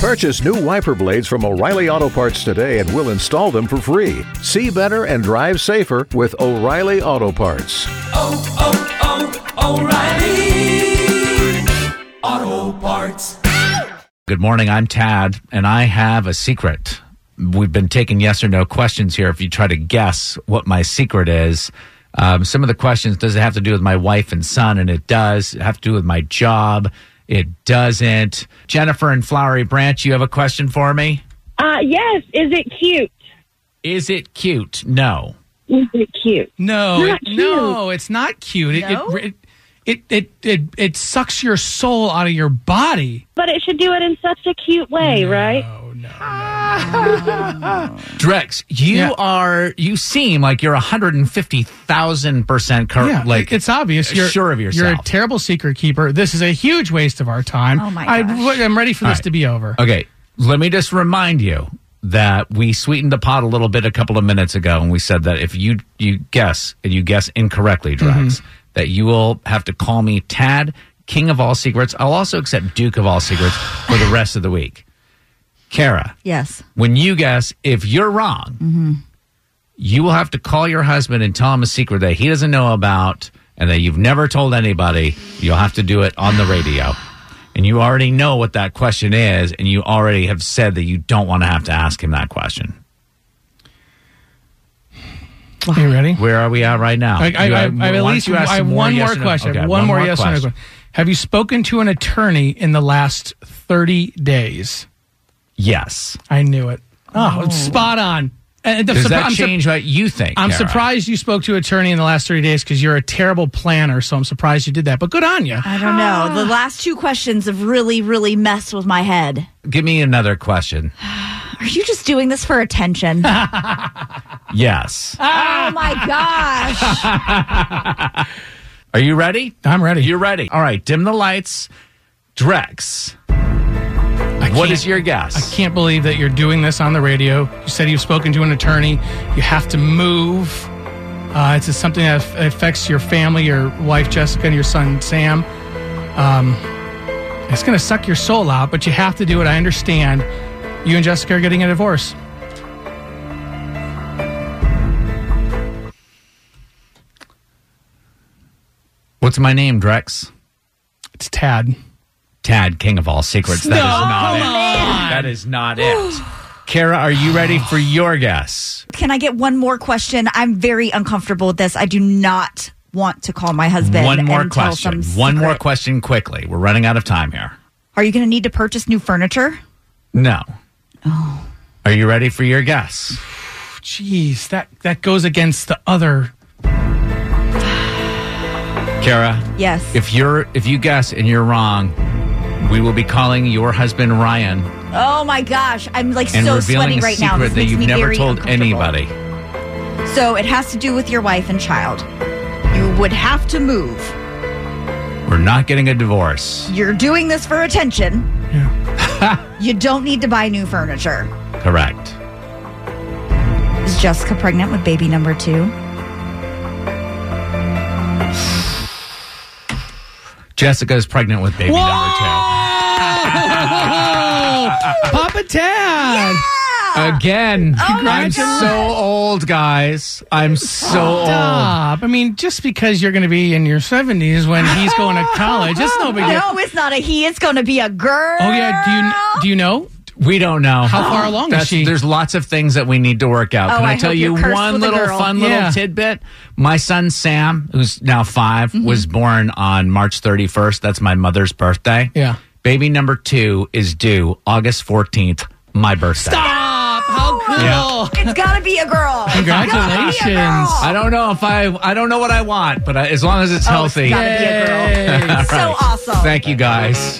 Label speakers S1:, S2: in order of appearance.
S1: Purchase new wiper blades from O'Reilly Auto Parts today and we'll install them for free. See better and drive safer with O'Reilly Auto Parts.
S2: Oh, oh, oh, O'Reilly Auto Parts.
S3: Good morning. I'm Tad, and I have a secret. We've been taking yes or no questions here. If you try to guess what my secret is, um, some of the questions does it have to do with my wife and son? And it does. It have to do with my job? It doesn't. Jennifer and Flowery Branch, you have a question for me?
S4: Uh, yes. Is it cute?
S3: Is it cute? No.
S4: Is it cute?
S5: No,
S4: Not
S5: it, no, it's not cute. It,
S6: No?
S5: it, it, it, it, it, it sucks your soul out of your body.
S4: But it should do it in such a cute way, right?
S5: Oh, no.
S3: Drex, you
S5: Yeah.
S3: are. You seem like you're 150,000 percent correct.
S5: Yeah,
S3: like
S5: like it's obvious. You're
S3: sure of yourself.
S5: You're a terrible secret keeper. This is a huge waste of our time.
S6: Oh, my
S5: I,
S6: gosh.
S5: am ready for
S3: All
S5: this
S3: right.
S5: to be over.
S3: Okay, let me just remind you that we sweetened the pot a little bit a couple of minutes ago, and we said that if you you guess and you guess incorrectly, Drex, that you will have to call me Tad, King of all secrets. I'll also accept Duke of all secrets for the rest of the week. Kara,
S6: Yes.
S3: when you guess, if you're wrong,
S5: Mm-hmm.
S3: you will have to call your husband and tell him a secret that he doesn't know about and that you've never told anybody. You'll have to do it on the radio. And you already know what that question is, and you already have said that you don't want to have to ask him that question.
S5: Are you ready?
S3: Where are we at right now?
S5: I, I,
S3: You
S5: I,
S3: have-
S5: I have at
S3: why
S5: least
S3: don't you ask
S5: I have
S3: some
S5: one
S3: yes
S5: more
S3: or no-
S5: question.
S3: Okay,
S5: one, more, yes or no
S3: question.
S5: question. Have you spoken to an attorney in the last 30 days?
S3: Yes.
S5: I knew it. Oh, it's spot on. And the
S3: Does
S5: surpri-
S3: that
S5: I'm sur-
S3: change what you think?
S5: I'm
S3: Kara?
S5: surprised you spoke to an attorney in the last 30 days because you're a terrible planner. So I'm surprised you did that. But good on you.
S6: I don't know. Oh, The last two questions have really, really messed with my head.
S3: Give me another question.
S6: Are you just doing this for attention? oh
S3: Yes.
S6: my gosh.
S3: Are you ready?
S5: I'm ready.
S3: You're ready. All right, dim the lights. Drex,
S5: I
S3: what
S5: can't-
S3: is your guess?
S5: I can't believe that you're doing this on the radio. You said you've spoken to an attorney. You have to move. Uh, it's just something that aff- affects your family, your wife Jessica, and your son Sam. Um, it's going to suck your soul out, but you have to do it. I understand. You and Jessica are getting a divorce.
S3: What's my name, Drex?
S5: It's Tad.
S3: Tad, king of all secrets. That is not it. That is not it. Kara, are you ready for your guess?
S6: Can I get one more question? I'm very uncomfortable with this. I do not want to call my husband.
S3: One more
S6: and tell some
S3: question. One more
S6: secret.
S3: question quickly. We're running out of time here.
S6: Are you going to need to purchase new furniture?
S3: No.
S6: Oh.
S3: Are you ready for your guess?
S5: Jeez, that that goes against the other.
S3: Kara,
S6: Yes.
S3: if you're if you guess and you're wrong, we will be calling your husband Ryan
S6: oh my gosh. I'm like
S3: and
S6: so
S3: revealing
S6: sweaty
S3: a
S6: right
S3: secret
S6: now. This
S3: that
S6: makes
S3: you've
S6: me
S3: never
S6: very
S3: told
S6: uncomfortable.
S3: anybody.
S6: So it has to do with your wife and child. You would have to move.
S3: We're not getting a divorce.
S6: You're doing this for attention. you don't need to buy new furniture.
S3: Correct.
S6: Is Jessica pregnant with baby number two?
S3: Jessica is pregnant with baby number
S5: Papa Tad. Uh,
S3: two. Again,
S6: Oh
S3: I'm so old, guys. I'm so old.
S5: Stop. I mean, just because you're going to be in your 70s when he's going to college, it's no big deal.
S6: Oh, No, it's not a he. It's going to be a girl.
S5: Oh yeah, do you kn- do you know?
S3: We don't know.
S5: How far along is
S3: That's-
S5: she?
S3: There's lots of things that we need to work out.
S6: Oh,
S3: Can I,
S6: I
S3: tell
S6: hope
S3: you
S6: you're cursed
S3: one
S6: with a
S3: little
S6: girl.
S3: fun
S5: Yeah.
S3: little tidbit? My son Sam, who's now 5
S6: Mm-hmm.
S3: was born on March 31st. That's my mother's birthday.
S5: Yeah.
S3: Baby number two is due August 14th, my birthday.
S5: Stop! How cool!
S3: Yeah.
S6: It's got to be a girl. It's gotta be a
S5: Congratulations.
S6: girl.
S3: I don't know if I, I don't know what I want, but I, as long as it's
S6: Oh, it's
S3: healthy.
S6: gotta be a girl.
S3: All
S6: So
S3: right.
S6: awesome.
S3: Thank you guys.